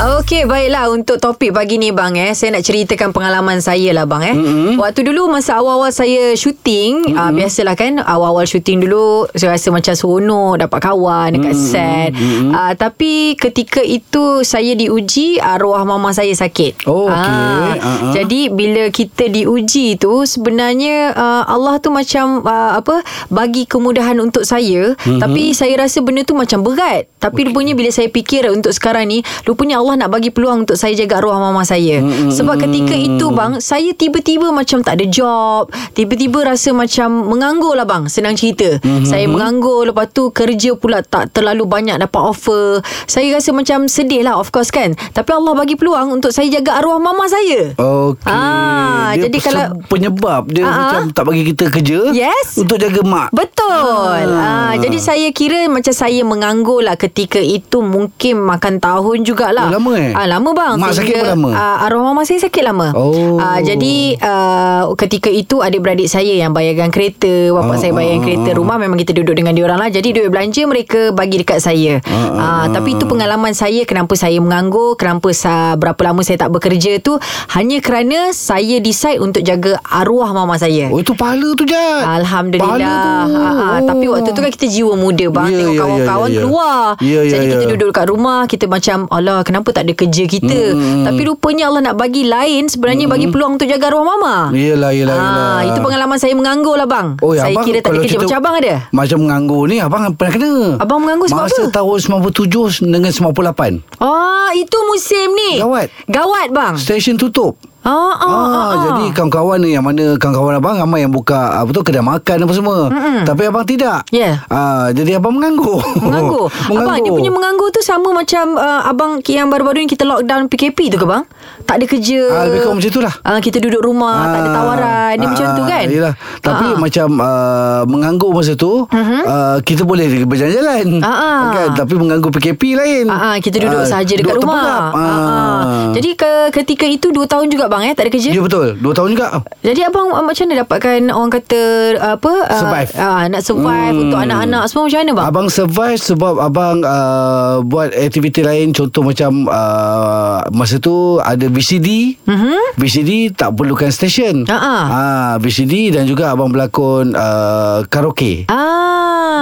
Okey, baiklah untuk topik pagi ni bang eh. Saya nak ceritakan pengalaman saya lah bang eh. Mm-hmm. Waktu dulu masa awal-awal saya syuting, mm-hmm. uh, biasalah kan awal-awal syuting dulu saya rasa macam seronok dapat kawan dekat mm-hmm. set. Mm-hmm. Uh, tapi ketika itu saya diuji arwah mama saya sakit. Oh, okey. Ah, Uh-uh. Jadi bila kita diuji tu sebenarnya uh, Allah tu macam uh, apa bagi kemudahan untuk saya, Mhm. mm-hmm. tapi saya rasa benda tu macam berat. Tapi okay. rupanya bila saya fikir untuk sekarang ni, rupanya Allah nak bagi peluang untuk saya jaga arwah mama saya. Mhm. Mm-hmm. Sebab ketika itu bang, saya tiba-tiba macam tak ada job, tiba-tiba rasa macam menganggur lah bang, senang cerita. Mhm. Mm-hmm. Saya menganggur, lepas tu kerja pula tak terlalu banyak dapat offer. Saya rasa macam sedih lah of course kan. Tapi Allah bagi peluang untuk saya jaga arwah mama saya. Okey. Ah, dia jadi pes- kalau- penyebab dia Ah, ah. macam tak bagi kita kerja Yes. untuk jaga mak. Betul. Ah. Ah. jadi saya kira macam saya menganggur lah ketika itu mungkin makan tahun jugalah. Oh, lama eh? Ah, lama bang. Mak sakit pun lama? Ah, arwah mama saya sakit lama. Oh. Ah, jadi ah, ketika itu adik-beradik saya yang bayarkan kereta, bapak Ah, saya ah, bayarkan kereta ah. rumah memang kita duduk dengan diorang lah. Jadi duit belanja mereka bagi dekat saya. Ah, ah, Ah, tapi itu pengalaman saya kenapa saya menganggur, kenapa sa, berapa lama saya tak bekerja tu hanya kerana saya decide untuk jaga arwah mama saya. Oh itu pahala tu Jad. Alhamdulillah. Pahala tu. Ha, ha. Oh. Tapi waktu tu kan kita jiwa muda bang. Ya, Yeah, Tengok ya, kawan-kawan ya, ya, ya. keluar. Ya, ya, Jadi kita ya. duduk dekat rumah. Kita macam alah kenapa tak ada kerja kita. Hmm. Tapi rupanya Allah nak bagi lain. Sebenarnya bagi peluang untuk jaga rumah mama. Yelah, yelah, yelah. Ah, Itu pengalaman saya menganggur lah bang. Oh, ya, saya abang, kira tak ada kalau kerja. cerita- Macam abang ada? Macam menganggur ni Abang pernah kena Abang menganggur sebab Masa apa? tahun 97 dengan 98 Ah, itu musim ni. Gawat. Gawat bang. Stesen tutup Ah, ah, ah, Ah, ah. jadi kawan-kawan ni yang mana kawan-kawan abang ramai yang buka apa tu kedai makan apa semua. Mm-mm. Tapi abang tidak. Yeah. Ah, jadi abang menganggur. Menganggur. Abang, dia punya menganggur tu sama macam uh, abang yang baru-baru ni kita lockdown PKP tu ke bang? Tak ada kerja. Ah, lebih kurang macam itulah. Uh, kita duduk rumah, tak ada tawaran. Dia Ah, macam tu kan? Yelah Tapi Ah. Mhm. macam uh, Menganggur masa tu uh-huh. uh, Kita boleh berjalan-jalan Ah, ah. kan? Tapi menganggur PKP lain Ah, ah, kita duduk Ah, saja dekat duduk rumah. terperap. Ah, ah. Jadi ke ketika itu 2 tahun juga bang eh tak ada kerja. Ya betul Dua tahun juga Jadi abang uh, macam mana dapatkan orang kata uh, apa uh, Survive. Uh, nak survive Hmm. untuk anak-anak semua macam mana bang? Abang survive sebab abang uh, buat aktiviti lain contoh macam uh, masa tu ada VCD. Mhm. VCD tak perlukan stesen. Ha, ha. Ah VCD dan juga abang berlakon uh, karaoke. Ah.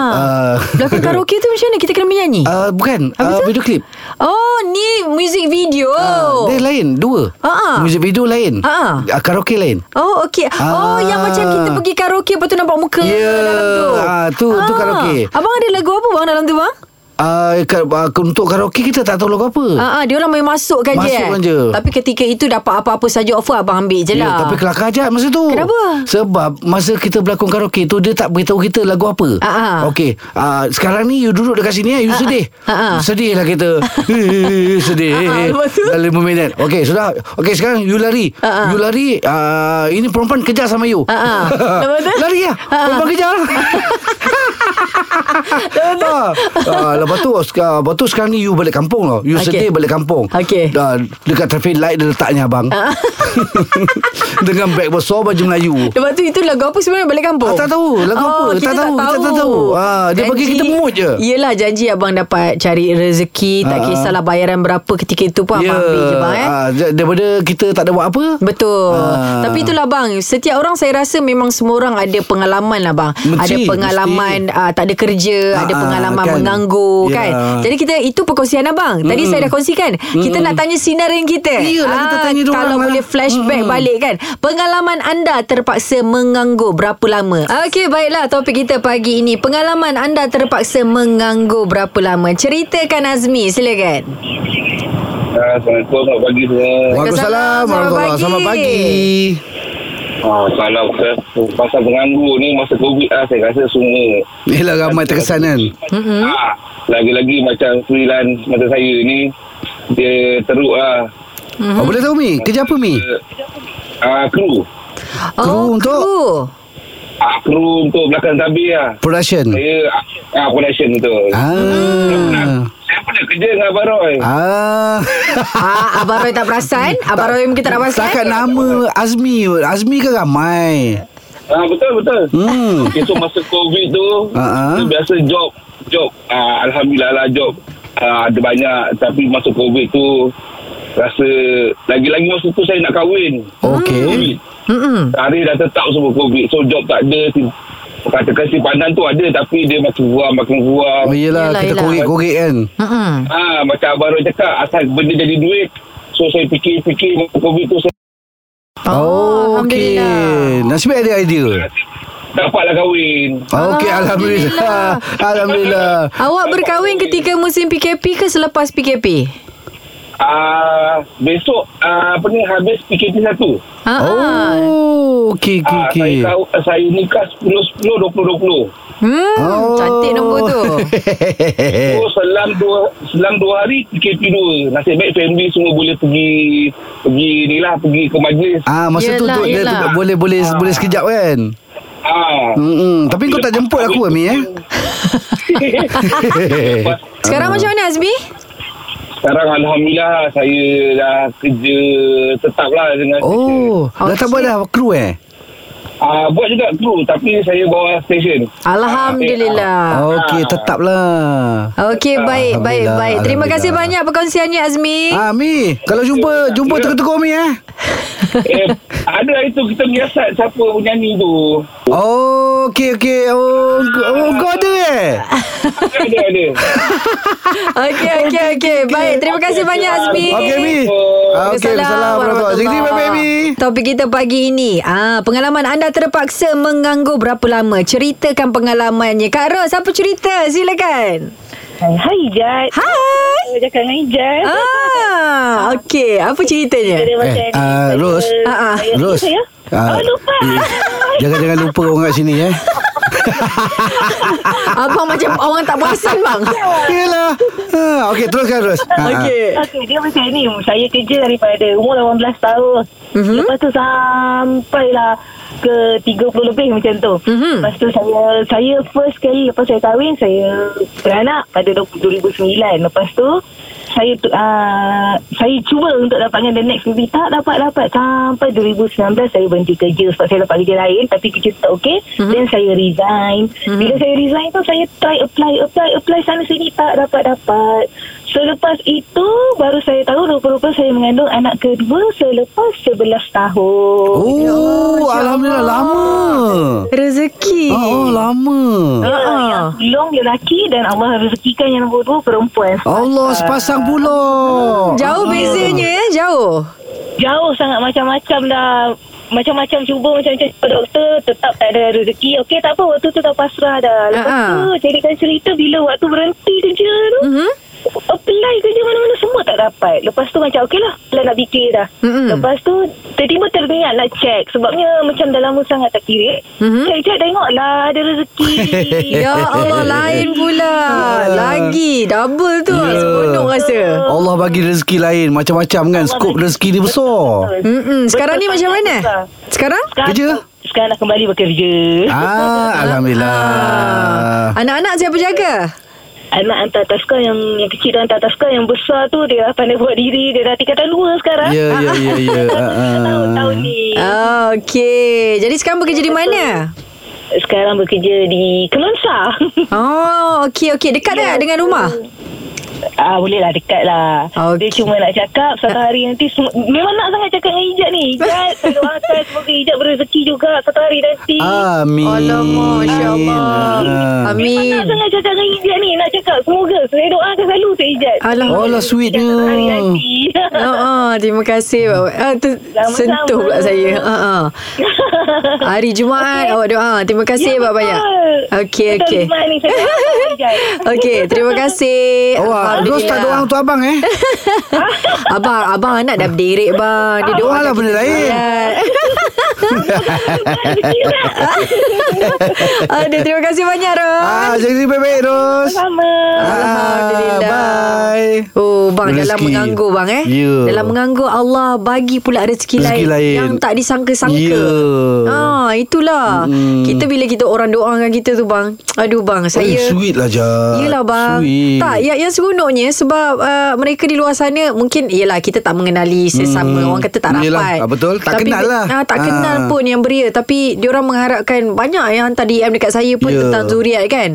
Ah. Belakang karaoke tu macam mana kita kena menyanyi? Uh, bukan uh, video klip. oh, ni music video. Ah, Dia lain dua. Oh. Ha, ha. Muzik video lain. Ha, Ah, karaoke lain. Oh okey. Oh Ah. yang macam kita pergi karaoke lepas tu nampak muka Ya. dalam tu. Ah, tu- tu karaoke. Abang ada lagu apa bang dalam tu bang? Uh, ka, uh, untuk karaoke kita tak tahu lagu apa. Ah, ah dia orang main masukkan je. eh. Masukkan je. Tapi ketika itu dapat apa-apa saja offer abang ambil je lah. Ya, tapi kelakar je masa tu. Kenapa? Sebab masa kita berlakon karaoke tu dia tak beritahu kita lagu apa. Ah, ah. Okey, uh, sekarang ni you duduk dekat sini eh, you sedih. Ah, ah. Sedih lah kita. Eh, sedih. Ah, ah, lepas tu? Dah lima minit. Okey, sudah. Okey, sekarang you lari. Ah, ah. You lari uh, ini perempuan kejar sama you. Ah, ah. Lepas tu? lari lah. Ah, ah. Perempuan kejar. Ah, ah, lepas tu ah, Lepas tu sekarang ni You balik kampung lah You Okey. sedih balik kampung Okey. Dah, Dekat traffic light Dia letaknya abang Dengan beg besar Baju Melayu Lepas tu itu lagu apa sebenarnya balik kampung? Oh, Ah, tak tahu. Lagu apa? Kita Tak tak tahu. tahu. Kita tak tahu. Ah, dia bagi kita mood je. Yelah janji abang dapat cari rezeki. Tak Ah, ah. kisahlah bayaran berapa ketika itu pun abang ambil je bang eh. ah, ja- Daripada kita tak ada buat apa Betul Ah. Tapi itulah bang Setiap orang saya rasa Memang semua orang ada pengalaman lah bang Mesti, Ada pengalaman uh, Tak ada kerja Ah, Ada ah, pengalaman kan. menganggur Ya. kan Jadi kita Itu perkongsian abang Tadi saya dah kongsikan Kita nak tanya sinarin kita Ah, Iyalah, kita tanya dia Kalau orang lah. boleh flashback Mm-mm. balik kan Pengalaman anda terpaksa menganggur Berapa lama Okey baiklah topik kita pagi ini Pengalaman anda terpaksa menganggur Berapa lama Ceritakan Azmi silakan Ah, Assalamualaikum, selamat pagi semua. Waalaikumsalam Waalaikumsalam. warahmatullahi Selamat Selamat pagi. pagi Ah, kalau pasal- pasal penganggur ni, masa COVID lah, saya rasa semua. Yelah ramai terkesan kan Hmm? Ah, lagi-lagi macam freelance masa saya ni, dia teruk lah. Mm-hmm. oh, Boleh tahu Mi Kerja apa Mi Ah, kru. Kru untuk- Oh, kru. Ah, kru untuk belakang tabir lah. Production Saya, ah, production tu. Mm-hmm. Ah Saya pernah kerja dengan Abang Roy. Ah Ah, Abang Roy tak perasan Abang Roy mungkin tak eh? nak perasan Setakat nama Azmi Azmi kan ramai Ah, betul, betul. Hmm Okay, so masa COVID tu, Ah, ah. Mm. kita biasa job job uh, Alhamdulillah lah job uh, ada banyak tapi masa COVID tu rasa lagi-lagi masa tu saya nak kahwin Okey. COVID hari dah tetap semua COVID so job tak ada Si- katakan si pandan tu ada tapi dia makin kurang makin kurang Oh, yelah, Yelah, kita yelah. korek-korek kan. Mm-mm. Ah, macam Abang Ron cakap asal benda jadi duit. So saya fikir-fikir masa COVID tu saya Ah, okey. Nasib baik ada idea. dapatlah kahwin. Ah, Okey, alhamdulillah. Alhamdulillah. Awak berkahwin ketika musim PKP ke selepas PKP? Ah, besok ah, apa ni habis PKP 1. Ha. Oh. Oh, okey okey Ah, okey. saya tahu saya nikah 10 10 20 20. Hmm, oh. Oh. cantik nombor tu. Eh. So selang dua selang dua hari PKP 2. Nasib baik family semua boleh pergi pergi ni lah pergi ke majlis. Ah masa tu Yelah, tu dia yelah. tu boleh boleh boleh sekejap kan. Ah. Hmm tapi kau tak jemput aku Ami eh. Lepas Sekarang macam mana Azmi? sekarang Alhamdulillah saya dah kerja tetap lah dengan Oh, dah tak buat dah kru eh. Ah, buat juga kru tapi saya bawa stesen. Alhamdulillah. Okey, Ah. tetaplah. Okey, baik, baik, Alhamdulillah, baik. Terima kasih Alhamdulillah. banyak perkongsiannya Azmi. Ah, Mi, kalau Ya, jumpa jumpa tegur-tegur Mi eh. eh, ada hari tu kita menyiasat siapa penyanyi tu. Oh, okey okey. Oh, oh, kau ada eh. Ada ada. Okey, okey, okey. Baik, terima kasih banyak Azmi. Okey, Mi. Oh. Ah, Okey, assalamualaikum. Jadi, bye bye Mi. Topik kita pagi ini ah, Pengalaman anda terpaksa menganggur berapa lama Ceritakan pengalamannya Kak Ros, apa cerita? Silakan Hai, hai Ijat. Hai Saya cakap dengan Ijat. Ah, Okey, apa Dia ceritanya? macam Eh, ni, ah, saya- Ros. Ah, ah. saya- Ros. Saya? ah, oh, lupa. eh, Jangan jangan lupa orang kat sini eh. Abang macam orang tak perasan bang Yelah. Ah, okey, teruskan terus. Ah, ah. Okey Okey, dia macam ni. Saya kerja daripada umur 18 tahun. Mhm. Mm-hmm. Lepas tu sampailah ke 30 lebih macam tu. Mhm. Lepas tu saya saya first kali lepas saya kahwin, saya beranak pada 2009. Lepas tu saya tu, uh, saya cuba untuk dapatkan the next baby tak dapat dapat sampai 2019 saya berhenti kerja sebab saya dapat kerja lain tapi kerja tu tak okey mm-hmm. then saya resign mm-hmm. bila saya resign tu saya try apply apply apply sana sini tak dapat dapat selepas itu baru saya tahu rupa-rupa saya mengandung anak kedua selepas 11 tahun Ya Oh, Masya ya alhamdulillah Allah. lama. Rezeki Oh, oh lama. Ya, Ah. yang sulung lelaki dan Allah rezekikan yang nombor dua perempuan. Allah sepasang pula. Ah. Jauh Ah. bezanya ya, jauh Jauh sangat macam-macam dah macam-macam cuba macam-macam cuba doktor tetap tak ada rezeki. Okey tak apa waktu tu dah pasrah dah. Lepas Ah, ah. tu jadikan cerita bila waktu berhenti kerja tu. Mhm. Apply kerja mana-mana semua tak dapat. Lepas tu macam okey lah lah nak fikir dah. Mm-mm. Lepas tu tiba-tiba teringat nak check sebabnya macam dah lama sangat tak kira. Mhm. Check-check tengok lah ada rezeki. Ya Allah lain pula Lagi Double tu Ah. Ya. Seronok rasa Allah bagi rezeki lain macam-macam kan. Skop rezeki ni besar. Betul. Mm-mm. Hmm, Mhm. Sekarang ni Betul, macam betul, mana? betul. Sekarang? Sekarang, Kerja? Sekarang dah kembali bekerja. Ah, alhamdulillah. Anak-anak siapa jaga? Anak hantar taskar yang, yang kecil dah hantar taskar. Yang besar tu dia dah pandai buat diri. Dia dah tingkatan dua sekarang. Ya, ya, ya, ya. Ah, ah. Tahun-tahun ni. Ah, Okey. Jadi sekarang bekerja di mana? Sekarang bekerja di Kelonsar. Oh, okey okey. Dekat tak dengan rumah? ah, boleh lah dekat lah. Okey. Dia cuma nak cakap satu hari nanti. Semua, memang nak sangat cakap dengan Ijat ni. Ijat, saya doakan semoga Ijat berezeki juga satu hari nanti. Amin. Alamak, Masya Allah. Ah. Memang nak Amin. sangat cakap dengan Ijat ni. Nak cakap semoga. Saya doakan selalu saya Ijat. Alah. Alah, sweetnya. Ijat satu hari nanti. Oh, oh, terima kasih. Hmm. Ah, ter- Sama-sama. sentuh pula saya. Ha ah. Hari Jumaat awak doa. Ah, Terima kasih Ya, banyak-banyak. betul. Okey Betul, okey. Iman ni saya doakan, Ijat. Okey, terima kasih. Awak, Oh, ah, Ros tak doa untuk abang eh? Abang, abang anak dah berderet bang. Dia doa Doalah benda lain. Aduh, terima kasih banyak Ros. Ah, jadi baik-baik Ros. Sama. Ah, Alhamdulillah. Bye. Oh bang rezeki. dalam Rezeki. menganggur bang eh. Ya. Dalam menganggur Allah bagi pula rezeki, Rezeki lain. yang tak disangka-sangka. Ya. Hmm. Ha itulah. Mm-mm. Kita bila kita orang doakan kita tu bang. Aduh bang saya Eh, sweet lah Jad Yelah bang Sweet Tak yang, yang seronoknya Sebab uh, mereka di luar sana Mungkin Yelah kita tak mengenali Sesama Hmm. Orang kata tak rapat Yelah, ah, betul. Tak kenal lah. ah, Tak Ah. kenal pun yang beria Tapi diorang mengharapkan Banyak yang hantar DM dekat saya pun Ya. Tentang zuriat kan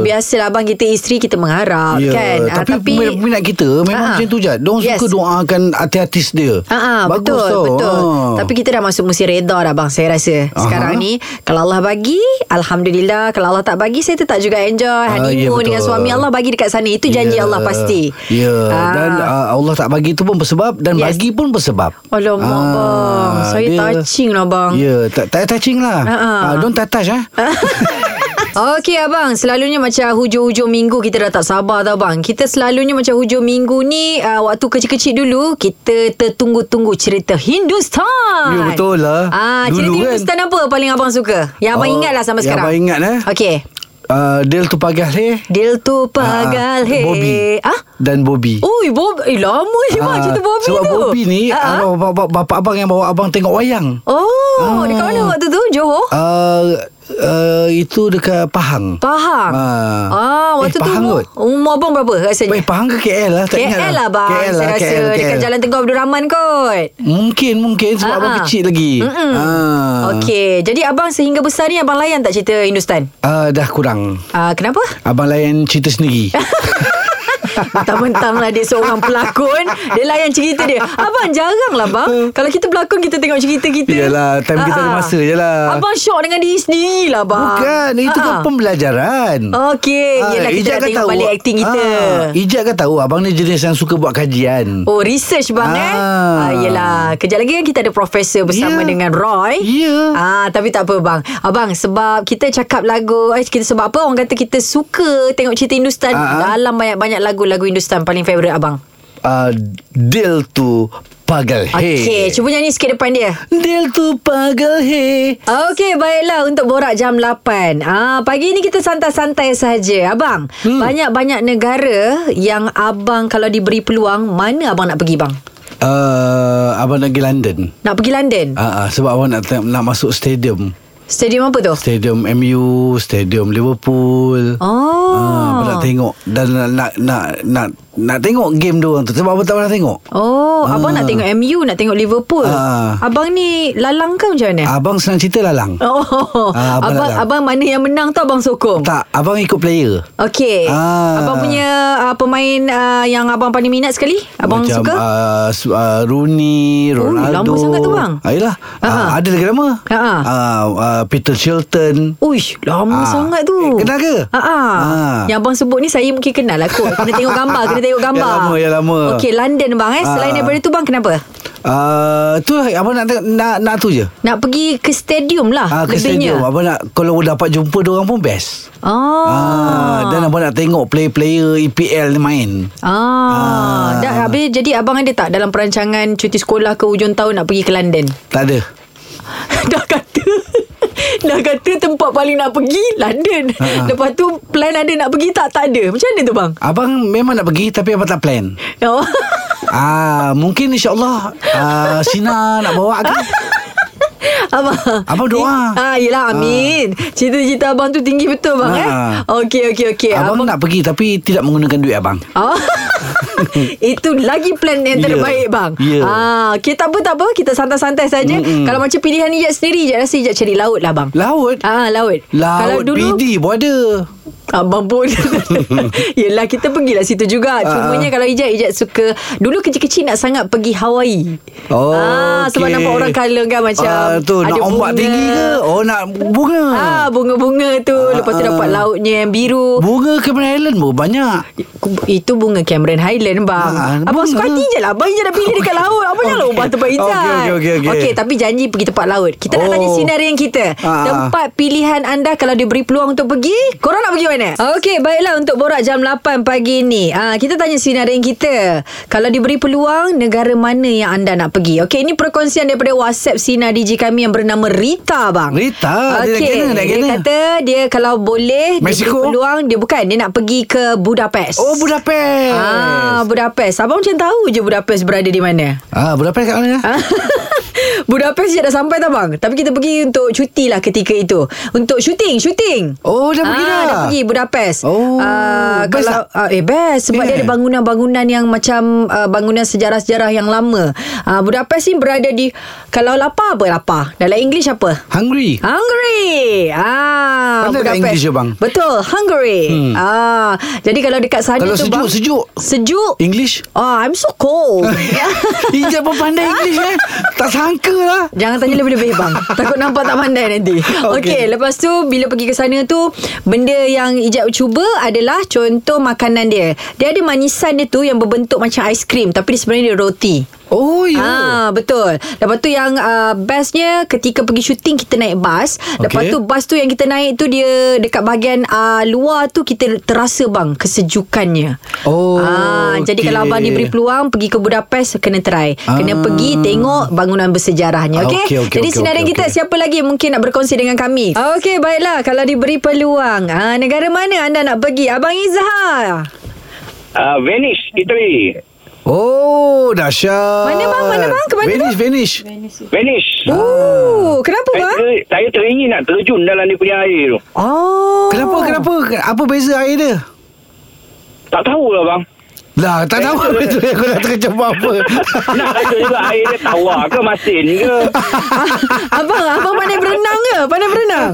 eh, Biasalah abang kita isteri Kita mengharap Ya, kan Ah, Tapi, tapi peminat kita Ah. Memang macam tu Jad Diorang Yes. suka doakan Artis-artis dia Ah, ah, Bagus betul, tau betul. Ah. Tapi kita dah masuk musim reda dah bang saya rasa. Sekarang Aha. ni kalau Allah bagi, alhamdulillah. Kalau Allah tak bagi, saya tetap juga enjoy Ah, honeymoon ya, betul. dengan suami Allah bagi dekat sana. Itu janji Ya. Allah pasti. Ah. Ya yeah. Dan uh, Allah tak bagi tu pun bersebab Dan Yes. bagi pun bersebab Alamak Ah, bang Saya dia- touching lah bang Ya yeah. yeah. tak, tak touching lah Ah, ah. Ah, Don't touch eh Okey abang Selalunya macam hujung-hujung minggu Kita dah tak sabar tau bang Kita selalunya macam hujung minggu ni uh, Waktu kecil-kecil dulu Kita tertunggu-tunggu cerita Hindustan Ya, betul lah. ah, Dulu Cerita kan. Hindustan apa paling abang suka? Yang abang Oh, ingat lah sampai yang sekarang abang ingat, eh. Okey uh, Del tu pagi hari Dil tu Ah, pagal he Bobby Ah? Dan Bobby Ui Bob Eh lama je bang Ah, cerita Bobby sebab tu Bobby ni Ah, ah. uh, bapak, bapak abang yang bawa abang tengok wayang Oh Ah. Dekat mana waktu tu? Johor? uh, uh, Itu dekat Pahang Pahang. Ah. Ah, waktu Eh, tu Pahang umur, kot. umur abang berapa rasanya? Eh Pahang ke KL lah tak ingat KL lah bang KL Saya rasa KL, Dekat Jalan Tengku Abdul Rahman kot Mungkin mungkin Sebab Ah, abang ah. kecil lagi Mm-mm. Ah. Okey Jadi abang sehingga besar ni Abang layan tak cerita Hindustan? Ah, Dah kurang Ah, kenapa? Abang layan cerita sendiri Ah. Mentang-mentang lah dia seorang pelakon Dia layan cerita dia Abang jarang lah bang Kalau kita pelakon kita tengok cerita kita Yelah, time kita ada Ah, ah. masa je lah. Abang syok dengan diri sendiri lah bang Bukan Itu kan Ah, ah. pembelajaran Okey Ah, Yelah kita Ijaz dah tengok balik akting kita ah, Ijaz kan tahu Abang ni jenis yang suka buat kajian Oh research bang eh Ah. ah, Yelah Kejap lagi kan kita ada profesor Bersama Ya. dengan Roy Ya. ah, Tapi tak apa bang Abang sebab kita cakap lagu eh, kita Sebab apa orang kata kita suka Tengok cerita Hindustan Ah. Dalam banyak-banyak lagu Lagu Hindustan paling favourite abang Ah, Deal tu Pagal hey Okey cuba nyanyi sikit depan dia Deal tu pagal hey Okey, baiklah untuk borak jam 8. Ah, pagi ni kita santai-santai saja, abang. Hmm. Banyak-banyak negara yang abang kalau diberi peluang, mana abang nak pergi, bang? uh, Abang nak pergi London Nak pergi London? Ah, ah, Sebab abang nak, nak masuk stadium Stadium apa tu? Stadium MU Stadium Liverpool Oh. Ah, abang nak tengok dan nak nak nak nak, nak tengok game dia orang tu sebab abang tak pernah tengok. Oh, Ah. abang nak tengok MU, nak tengok Liverpool. Ah. Abang ni lalang ke macam mana? Abang senang cerita lah, lalang. Oh, Ah, abang abang, lalang. abang mana yang menang tu abang sokong? Tak, abang ikut player. Okey. Ah. Abang punya uh, pemain uh, yang abang paling minat sekali? Abang Macam, suka? Uh, su- uh, Rooney, Oh, Ronaldo. lama sangat tu, bang. Ah, yelah. Ah, Ah, ah. ada lagi nama. Ah, ah. Ah, ah, Peter Shilton. Uish, lama Ah. sangat tu. Eh, kenal ke? Ha ah. Ah. Yang abang sebut ni saya mungkin kenal lah kot. Kena tengok gambar, kena tengok gambar. Ya lama, ya lama. Okey, London bang eh. Selain Ah. daripada tu bang kenapa? Ah, tu lah abang nak tengok- nak nak tu je. Nak pergi ke stadium lah Ah, ke lebihnya. stadium Abang nak Kalau dapat jumpa Diorang pun best Oh. ah. Dan abang nak tengok Player-player EPL ni main Ah, Ah. dah habis jadi abang ada tak dalam perancangan cuti sekolah ke hujung tahun nak pergi ke London? Tak ada dah kata dah kata tempat paling nak pergi London. Ah, ah. Lepas tu plan ada nak pergi tak tak ada. Macam mana tu bang? Abang memang nak pergi Tapi abang tak plan Oh. Ah, mungkin insyaAllah ah, Sina nak bawa ke Abang Abang doa. Ah, yelah amin Cita-cita abang tu tinggi betul bang Ah. eh Okey okey okey Abang, abang nak pergi Tapi tidak menggunakan duit abang Oh. Itu lagi plan yang Ya. terbaik bang Ya. ah, Okay tak apa tak apa Kita santai-santai saja Mm-mm. Kalau macam pilihan ni Ijat sendiri Ijat rasa Ijat cari laut lah bang Laut Ah, laut Kalau Laut dulu BD pun ada Abang pun Yelah kita pergilah situ juga Cumanya ah. kalau Ijat Ijat suka Dulu kecil-kecil nak sangat pergi Hawaii Oh, ah, Sebab okey. nampak orang color kan macam ah, tu, Nak ada ombak bunga. tinggi ke Oh nak bunga Ah, bunga-bunga tu Lepas tu Ah, ah. dapat lautnya yang biru Bunga Cameron Island pun banyak Itu bunga Cameron Highland bang Ah, ah, Abang bunga. suka hati je lah Abang je dah pilih dekat laut Abang janganlah ubah tempat Okey, hijau okey, okey, okey. Okey, tapi janji pergi tempat laut Kita nak Oh. tanya sinarian kita Ah. Tempat pilihan anda Kalau diberi peluang untuk pergi Korang nak pergi mana? Okey baiklah untuk borak jam 8 pagi ni ah, Kita tanya sinarian kita Kalau diberi peluang Negara mana yang anda nak pergi Okey ini perkongsian daripada WhatsApp Sinar DJ kami Yang bernama Rita bang Rita, dia nak Okey, kena, nak Dia kena. kata dia kalau boleh Dia Mexico? beri peluang Dia bukan Dia nak pergi ke Budapest Oh Budapest Ah, Ah, Budapest. Abang macam tahu je Budapest berada di mana. Ah, berapa kat mana? Ah, Budapest je dah sampai tak bang Tapi kita pergi untuk cuti lah ketika itu Untuk syuting Syuting Oh, dah pergi dah. Ah, Dah pergi Budapest Oh, Ah, best kalau, ah, Eh best Sebab Yeah. yeah. dia ada bangunan-bangunan yang macam uh, Bangunan sejarah-sejarah yang lama uh, Budapest ni berada di Kalau lapar apa lapar Dalam English apa? Hungry. Ah. Hungary. Ah, Pandai tak English je, bang? Betul, Hungary. Hmm. Ah, jadi kalau dekat sana Kalau tu sejuk, bang, sejuk. Sejuk. English? Ah, I'm so cold. Ijat pun pandai English eh. Tak sangka lah. Jangan tanya lebih-lebih bang Takut nampak tak pandai nanti Okey. Okey okay, Lepas tu Bila pergi ke sana tu Benda yang Ijab cuba Adalah contoh makanan dia Dia ada manisan dia tu Yang berbentuk macam aiskrim Tapi dia sebenarnya dia roti Oh, ya. Ah betul. Lepas tu yang uh, bestnya ketika pergi syuting kita naik bas. Lepas Okey. tu bas tu yang kita naik tu dia dekat bahagian uh, luar tu kita terasa bang kesejukannya. Oh, Ah jadi okey. kalau abang diberi peluang pergi ke Budapest kena try. Kena Ah. pergi tengok bangunan bersejarahnya Ah, okey. okey, okey, jadi okey, senarai okey, kita okey. siapa lagi mungkin nak berkongsi dengan kami. Okey baiklah kalau diberi peluang. Ah negara mana anda nak pergi? Abang Ah. Izhar. Uh, Venice, Italy. Oh, dahsyat. Mana bang? Mana bang? Ke mana Vanish, Vanish. Venice. Oh, kenapa Saya, bang? ter, saya teringin nak terjun dalam dia punya air tu. Oh. Kenapa, kenapa? Apa beza air dia? Tak tahulah bang. Lah, tak tahu itu yang aku nak terkejut apa. Ya. Nak rasa juga air dia tawar ke masin ke. Abang, abang pandai berenang ke? Pandai berenang?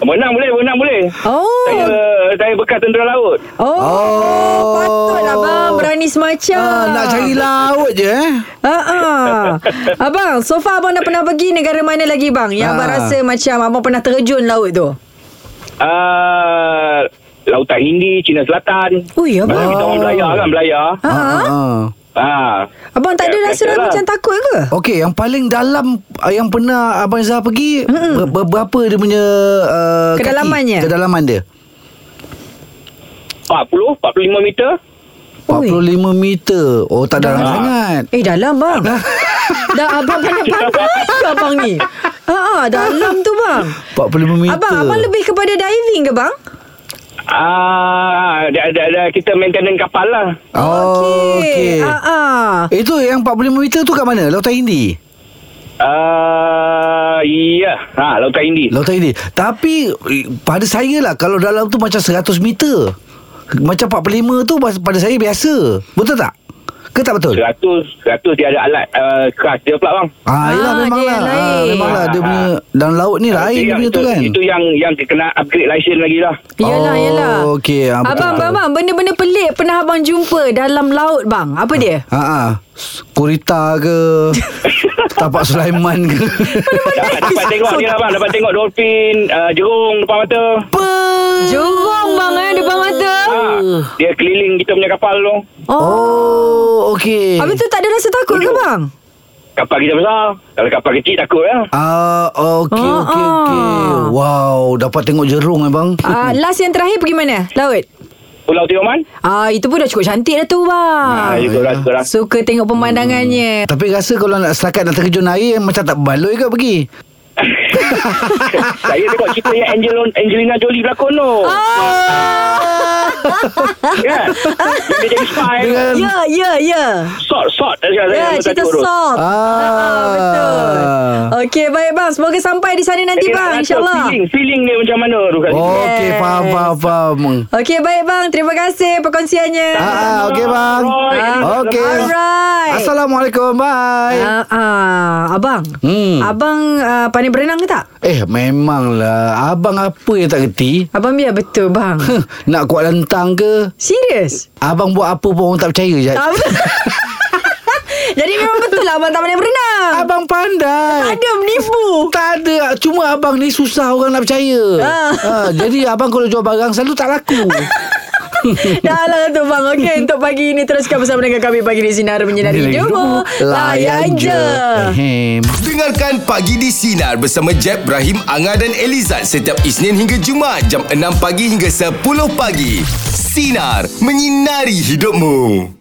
Menang boleh, menang boleh. Oh. Saya saya bekas tentera laut. Oh, oh. patutlah abang berani semacam. Ah, nak cari laut je eh. Ha ah. Abang, so far abang dah pernah pergi negara mana lagi bang? Yang abang Ah. rasa macam abang pernah terjun laut tu. Uh, Lautan Hindi, Cina Selatan. Ui, Masa abang. kita orang Belayar kan, Belayar. Ha. Ah, Oh, ya ah. Ha. Abang tak ada Ya, rasa biasalah. macam takut ke? Okey, yang paling dalam ah, yang pernah Abang Zah pergi mm ber- berapa dia punya uh, Kedalamannya? Kaki, kedalaman dia. 40, 45 meter. 45 meter. Oh, tak dalam Dalam. sangat. Eh, dalam bang. dah abang pandai-pandai ke abang ni? Ha ah, dalam tu bang. 45 meter. Abang, abang lebih kepada diving ke bang? Ah, ada, ada, ada kita maintenance kapal lah. Oh, okey. Ha ah. Itu yang 45 meter tu kat mana? Lautan Hindi. Ah, ya. Ha, Lautan Hindi. Lautan Hindi. Tapi eh, pada saya lah kalau dalam tu macam 100 meter. Macam 45 tu pas- pada saya biasa. Betul tak? Ke tak betul? 100, 100 dia ada alat uh, keras dia pula bang. Ah, yelah Ah, memang dia lah. yang Ah, lain. memang lah dia punya dalam laut ni lain Itu dia yang- punya tu itu- kan. Itu yang yang kena upgrade license lagi lah. Yalah, Oh, yalah. okey. Ah, abang, betul, betul. abang, abang, benda-benda pelik pernah abang jumpa dalam laut, bang. Apa dia? Ha ah. Kurita ke Tapak Sulaiman ke Dapat, dapat tengok ni lah bang. Dapat tengok dolphin, uh, jerung depan mata. Jorong, bang, eh, depan mata. Ha, Uh. dia keliling kita punya kapal tu. Oh. Oh okey Habis tu tak ada rasa takut ke, bang? Kapal kita besar. Kalau kapal kecil takut lah. Ah okey Ah, okey okey ah. Wow dapat tengok jerung abang Ah, last yang terakhir pergi mana? Laut? Pulau Tioman. Ah, itu pun dah cukup cantik dah tu, Ha, bang. juga lah, juga lah. Suka tengok pemandangannya. Tapi rasa kalau nak setakat nak terjun air Macam tak berbaloi ke pergi Saya tengok cerita yang Angel- Angelina Jolie berlakon tu. Kan? Dia jadi spy. Dengan Ya, ya, ya. Sort, sort. Ya, cerita salt. Ah, betul. Okey, baik, bang. Semoga sampai di sana nanti, bang. InsyaAllah. Feeling, feeling dia macam mana tu kat situ. Oh, Okey faham faham faham Okey, baik, bang. Terima kasih perkongsiannya. Ah. Ah, ah okey bang Alright. Okey Alright. Assalamualaikum bye Ah, ah, abang. Hmm. Abang ah, pandai berenang ke tak? Eh memanglah Abang apa yang tak kerti Abang biar betul bang. Nak kuat lentang ke Serius? Abang buat apa pun orang tak percaya je Tak betul. Jadi memang betul lah abang tak pandai berenang. Abang pandai Ada menipu. Tak ada Cuma abang ni susah orang nak percaya Ah. ha, Jadi abang kalau jual barang Selalu tak laku Dah lah tu bang. Okey untuk pagi ini teruskan bersama dengan kami pagi di Sinar Menyinari Hidupmu. Layan je. Ahem. Dengarkan Pagi di Sinar bersama Jeb, Ibrahim, Anga dan Elizad setiap Isnin hingga Jumaat jam 6 pagi hingga 10 pagi. Sinar, menyinari hidupmu.